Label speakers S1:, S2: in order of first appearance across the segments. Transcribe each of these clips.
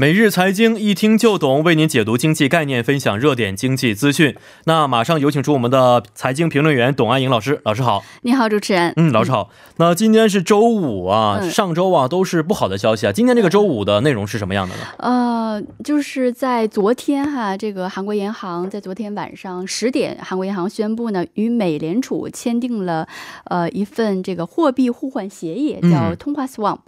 S1: 每日财经一听就懂，为您解读经济概念，分享热点经济资讯。那马上有请出我们的财经评论员董爱颖老师，老师好。
S2: 你好，主持人。
S1: 嗯，老师好。那今天是周五啊，
S2: 嗯
S1: 上周啊都是不好的消息啊。今天这个周五的内容是什么样的呢？
S2: 呃，就是在昨天哈，这个韩国银行在昨天晚上十点，韩国银行宣布呢，与美联储签订了呃一份这个货币互换协议，叫
S1: 嗯
S2: 通话 Swap，、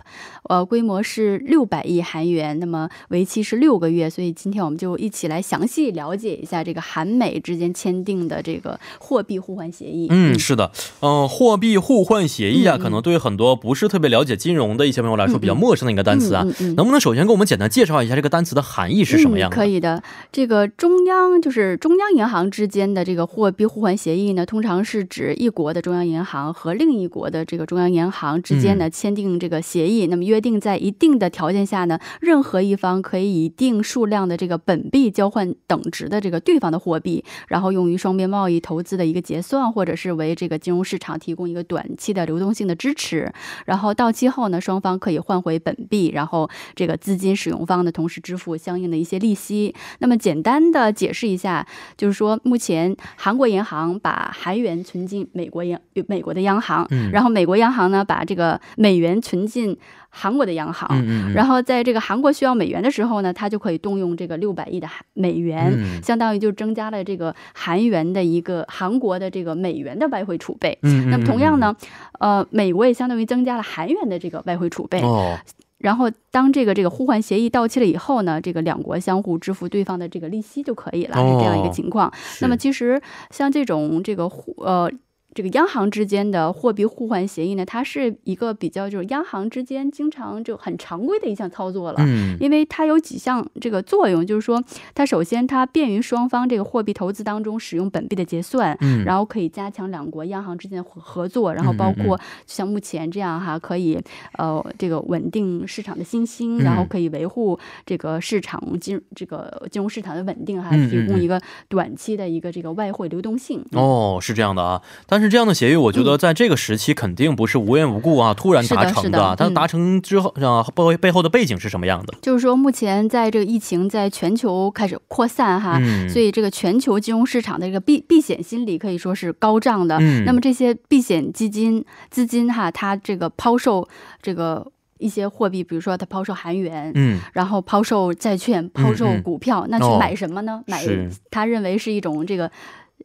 S2: 呃，规模是六百亿韩元，那么为期是六个月。所以今天我们就一起来详细了解一下这个韩美之间签订的这个货币互换协议。
S1: 嗯，是的，嗯、货币互换协
S2: 嗯
S1: 议啊、可能对很多不是特别了解金融的一些朋友来说比较陌生的一个单词啊。
S2: 嗯嗯嗯
S1: 能不能首先给我们简单介绍一下这个单词的含义是什么样
S2: 嗯？
S1: 的？
S2: 可以的，这个中央就是中央银行之间的这个货币互换协议呢，通常是指一国的中央银行和另一国的这个中央银行之间呢
S1: 嗯
S2: 签订这个协议，那么约定在一定的条件下呢，任何一方可以以一定数量的这个本币交换等值的这个对方的货币，然后用于双边贸易、投资的一个结算，或者是为这个金融市场提供一个短期的流动性的支持。然后到期后呢，双方可以换回本币，然后这个资金使用方呢，同时支付相应的一些利息。那么简单的解释一下，就是说目前韩国银行把韩元存进美国央美国的央行，
S1: 嗯
S2: 然后美国央行呢把这个美元存进韩国的央行。
S1: 嗯嗯嗯，
S2: 然后在这个韩国需要美元的时候呢，它就可以动用这个六百亿的韩美元，
S1: 嗯
S2: 相当于就增加了这个韩元的一个韩国的这个美元的外汇储备。
S1: 嗯嗯
S2: 那么同样
S1: 嗯
S2: 呢，呃，美国也相当于增加了韩元的这个外汇储备。
S1: 哦，
S2: 然后当这个这个互换协议到期了以后呢，这个两国相互支付对方的这个利息就可以了，是这样一个
S1: 哦
S2: 情况。那么
S1: 是
S2: 其实像这种这个互呃。这个央行之间的货币互换协议呢，它是一个比较就是央行之间经常就很常规的一项操作了。
S1: 嗯
S2: 因为它有几项这个作用，就是说，它首先它便于双方这个货币投资当中使用本币的结算，
S1: 嗯，
S2: 然后可以加强两国央行之间的合合作，然后
S1: 嗯嗯
S2: 包
S1: 嗯
S2: 括像目前这样哈，可以呃这个稳定市场的新兴，
S1: 嗯
S2: 然后可以维护这个市场金这个金融市场的稳定哈，
S1: 嗯嗯
S2: 提供
S1: 嗯
S2: 一个短期的一个这个外汇流动性。
S1: 哦，是这样的啊，但是这样的协议，我觉得在这个时期肯定不是无缘无故啊、突然达成
S2: 是的是
S1: 的
S2: 的，
S1: 它达成之后啊背背后的背景是什么样的？
S2: 就是说，目前在这个疫情在全球开始扩散哈，
S1: 嗯，
S2: 所以这个全球金融市场的这个避避险心理可以说是高涨的。
S1: 嗯
S2: 那么这些避险基金资金哈，它这个抛售这个一些货币，比如说它抛售韩元，
S1: 嗯，哦
S2: 然后抛售债券、抛售股票，那去买什么呢？买
S1: 是
S2: 他认为是一种这个。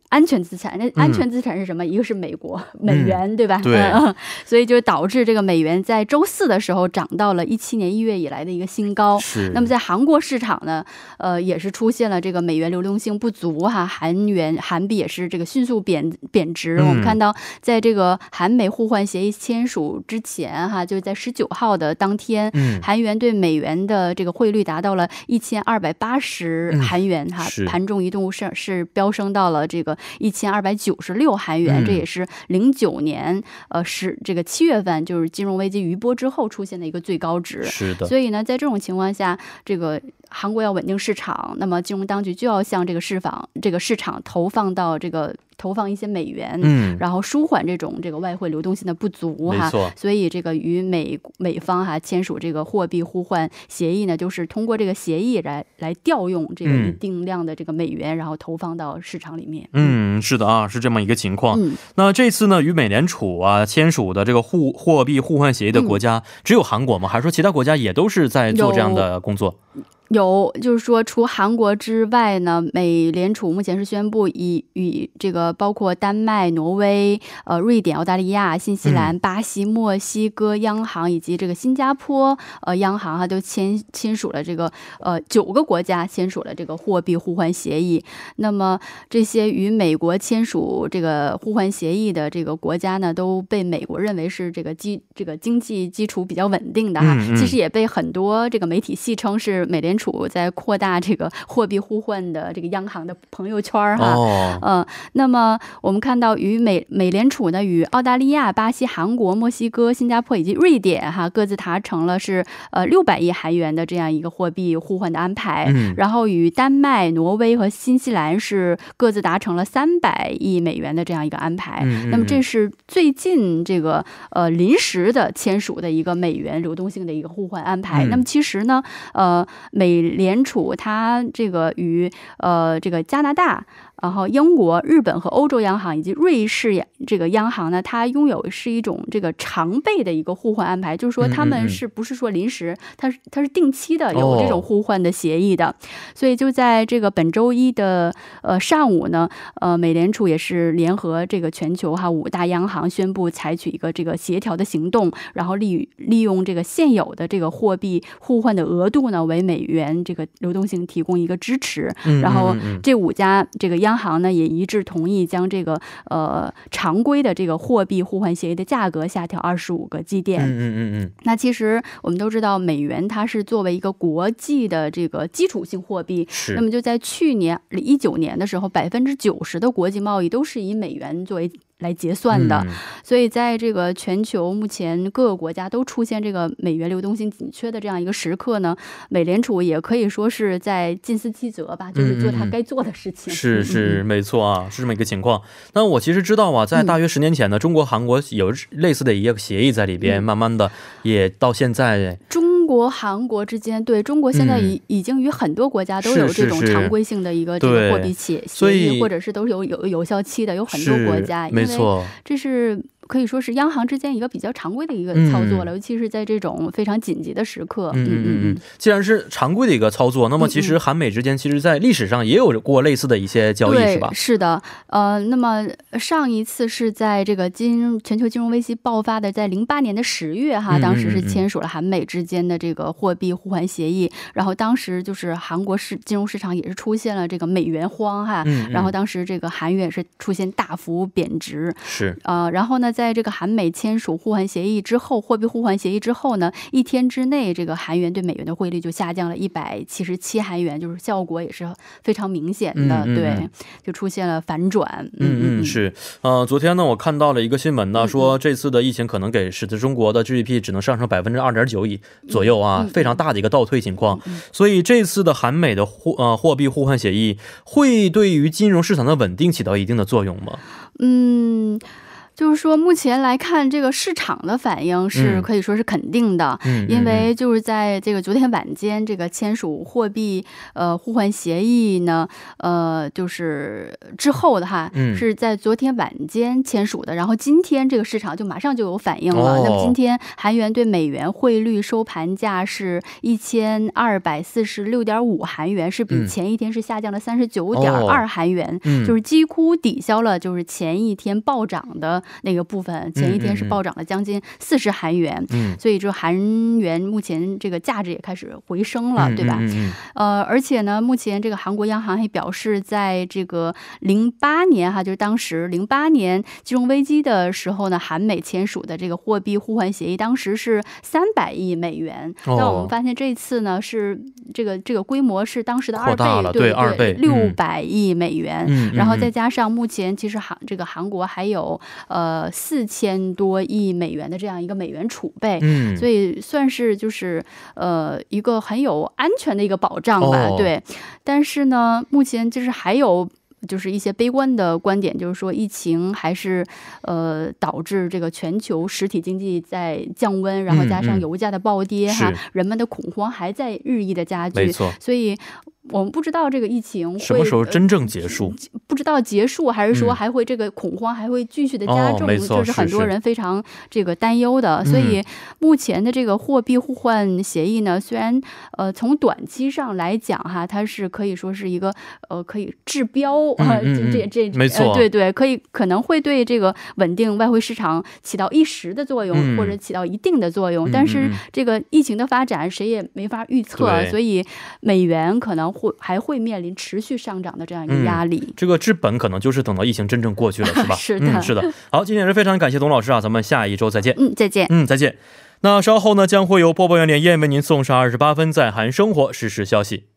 S2: 安全资产，那安全资产是什么？一个是美国美元，对吧？
S1: 嗯 对
S2: 嗯，嗯所以就导致这个美元在周四的时候涨到了一七年一月以来的一个新高。
S1: 是。
S2: 那么在韩国市场呢，呃，也是出现了这个美元流动性不足哈，韩元、韩币也是这个迅速贬贬值。
S1: 嗯
S2: 我们看到，在这个韩美互换协议签署之前哈，就是在十九号的当天。
S1: 嗯，
S2: 韩元对美元的这个汇率达到了一千二百八十
S1: 嗯
S2: 韩元哈，
S1: 是
S2: 盘中一度是是飙升到了这个一千二百九十六韩元，
S1: 嗯
S2: 这也是零九年呃十这个七月份就是金融危机余波之后出现的一个最高值。
S1: 是的，
S2: 所以呢，在这种情况下，这个韩国要稳定市场，那么金融当局就要向这个市场这个市场投放到这个投放一些美元，
S1: 嗯，
S2: 然后舒缓这种这个外汇流动性的不足
S1: 没
S2: 哈。
S1: 错，
S2: 所以，这个与美美方哈、签署这个货币互换协议呢，就是通过这个协议来来调用这个
S1: 嗯
S2: 一定量的这个美元，然后投放到市场里面。
S1: 嗯，是的啊，是这么一个情况。
S2: 嗯，
S1: 那这次呢，与美联储啊签署的这个互货币互换协议的国家、只有韩国吗？还是说其他国家也都是在做这样的工作？
S2: 有，就是说，除韩国之外呢，美联储目前是宣布以与这个包括丹麦、挪威、呃瑞典、澳大利亚、新西
S1: 嗯
S2: 兰、巴西、墨西哥央行以及这个新加坡呃央行哈都签签署了这个呃九个国家签署了这个货币互换协议。那么这些与美国签署这个互换协议的这个国家呢，都被美国认为是这个基这个经济基础比较稳定的哈，
S1: 嗯嗯
S2: 其实也被很多这个媒体戏称是美联联储在扩大这个货币互换的这个央行的朋友圈儿哈。
S1: 哦，
S2: 嗯，那么我们看到与美美联储呢，与澳大利亚、巴西、韩国、墨西哥、新加坡以及瑞典哈各自达成了是呃六百亿韩元的这样一个货币互换的安排。
S1: 嗯，
S2: 然后与丹麦、挪威和新西兰是各自达成了三百亿美元的这样一个安排。
S1: 嗯
S2: 那么这
S1: 嗯
S2: 是最近这个呃临时的签署的一个美元流动性的一个互换安排。
S1: 嗯
S2: 那么其实呢，呃，美联储它这个与呃这个加拿大。然后，英国、日本和欧洲央行以及瑞士这个央行呢，它拥有是一种这个常备的一个互换安排，就是说
S1: 嗯嗯
S2: 他们
S1: 嗯
S2: 是不是说临时，它是它是定期的有
S1: 哦
S2: 这种互换的协议的。所以就在这个本周一的呃上午呢，呃，美联储也是联合这个全球哈五大央行宣布采取一个这个协调的行动，然后利于利用这个现有的这个货币互换的额度呢，为美元这个流动性提供一个支持。
S1: 嗯
S2: 然后
S1: 嗯嗯嗯
S2: 这五家这个央行呢，也一致同意将这个呃常规的这个货币互换协议的价格下调二十五个基点。
S1: 嗯嗯嗯
S2: 那其实我们都知道，美元它是作为一个国际的这个基础性货币，
S1: 是
S2: 那么就在去年一九年的时候，百分之九十的国际贸易都是以美元作为来结算的、
S1: 嗯
S2: 所以在这个全球目前各个国家都出现这个美元流动性紧缺的这样一个时刻呢，美联储也可以说是在尽思其责吧，就是做它该做的事情。
S1: 嗯是是没错啊，是这么一个情况。那我其实知道啊，在
S2: 嗯
S1: 大约十年前呢，中国、韩国有类似的一个协议在里边，
S2: 嗯
S1: 慢慢的也到现在，
S2: 中国、韩国之间，对中国现在
S1: 嗯
S2: 已、已经与很多国家都
S1: 是
S2: 有
S1: 是
S2: 这种
S1: 是
S2: 常规性的一个这个
S1: 对
S2: 货币协
S1: 所
S2: 协
S1: 以
S2: 议，或者是都是有有有效期的，有很多国
S1: 是
S2: 家，因
S1: 没
S2: 为
S1: 错，
S2: 这是可以说是央行之间一个比较常规的一个操作了，尤其是在这种非常紧急的时刻。
S1: 嗯嗯嗯嗯，既然是常规的一个操作，
S2: 嗯
S1: 那么其实韩美之间其实在历史上也有过类似的一些交易，是
S2: 对
S1: 吧，？
S2: 是啊的，呃，那么上一次是在这个金全球金融危机爆发的，在零八年的十月哈，
S1: 嗯
S2: 当时是
S1: 嗯嗯
S2: 签署了韩美之间的这个货币互换协议，然后当时就是韩国市金融市场也是出现了这个美元荒哈，
S1: 嗯，嗯
S2: 然后当时这个韩元也是出现大幅贬值，
S1: 是
S2: 呃，然后呢，在这个韩美签署互换协议之后，货币互换协议之后呢，一天之内，这个韩元对美元的汇率就下降了一百七十七韩元，就是效果也是非常明显的，
S1: 嗯嗯
S2: 对
S1: 嗯，
S2: 就出现了反转。
S1: 嗯
S2: 嗯
S1: 嗯
S2: 嗯，
S1: 是，呃，昨天呢，我看到了一个新闻呢，说这次的疫情可能给使得中国的 GDP 只能上升百分之二点九以左右啊
S2: 嗯，嗯
S1: 非常大的一个倒退情况
S2: 嗯嗯。
S1: 所以这次的韩美的货呃货币互换协议会对于金融市场的稳定起到一定的作用吗？
S2: 嗯。就是说，目前来看，这个市场的反应是
S1: 嗯
S2: 可以说是肯定的，
S1: 嗯，嗯
S2: 因为就是在这个昨天晚间，这个签署货币呃互换协议呢，呃，就是之后的哈，
S1: 嗯
S2: 是在昨天晚间签署的，然后今天这个市场就马上就有反应了。那
S1: 哦
S2: 么今天韩元对美元汇率收盘价是一千二百四十六点五韩元，是比
S1: 嗯哦
S2: 前一天是下降了三十九点二韩元。
S1: 嗯
S2: 就是几乎抵消了，就是前一天暴涨的那个部分，前一天是
S1: 嗯嗯
S2: 暴涨了将近四十韩元，
S1: 嗯
S2: 所以就韩元目前这个价值也开始回升了，
S1: 嗯
S2: 对吧？
S1: 嗯嗯嗯
S2: 呃，而且呢，目前这个韩国央行还表示，在这个零八年哈，就是当时零八年金融危机的时候呢，韩美签署的这个货币互换协议，当时是三百亿美元。
S1: 哦
S2: 但我们发现这次呢，是这个这个规模是当时的
S1: 扩
S2: 二倍
S1: 大了，对
S2: 对
S1: 二倍
S2: 六
S1: 嗯
S2: 百亿美元。
S1: 嗯嗯
S2: 然后
S1: 嗯
S2: 再加上目前其实韩这个韩国还有呃四千多亿美元的这样一个美元储备，
S1: 嗯，
S2: 所以算是就是呃一个很有安全的一个保障吧，
S1: 哦
S2: 对。但是呢，目前就是还有。就是一些悲观的观点，就是说疫情还是呃导致这个全球实体经济在降温，然后加
S1: 嗯
S2: 上
S1: 嗯
S2: 油价的暴跌哈，
S1: 是
S2: 人们的恐慌还在日益的加
S1: 没
S2: 剧，
S1: 错，
S2: 所以我们不知道这个疫情会
S1: 什么时候
S2: 呃
S1: 真正结束？
S2: 不知道结束，还是说
S1: 嗯
S2: 还会这个恐慌还会继续的加
S1: 哦
S2: 重，
S1: 没错
S2: 这是很
S1: 是
S2: 多
S1: 是
S2: 人非常这个担忧的。
S1: 嗯
S2: 所以目前的这个货币互换协议呢，虽然呃从短期上来讲哈，它是可以说是一个呃可以治标啊、
S1: 嗯嗯嗯
S2: 这这这
S1: 没错
S2: 呃对对，可以可能会对这个稳定外汇市场起到一时的作用，
S1: 嗯
S2: 或者起到一定的作用、
S1: 嗯
S2: 但是
S1: 嗯嗯
S2: 这个疫情的发展谁也没法预测，
S1: 对
S2: 所以美元可能会还会面临持续上涨的这样一个
S1: 嗯
S2: 压力。
S1: 这个治本可能就是等到疫情真正过去了，是吧？
S2: 是的
S1: 嗯，是的。好，今天也是非常感谢董老师啊，咱们下一周再见。
S2: 嗯，再见。
S1: 嗯，再见。那稍后呢，将会由播报员连燕为您送上二十八分在韩生活实时消息。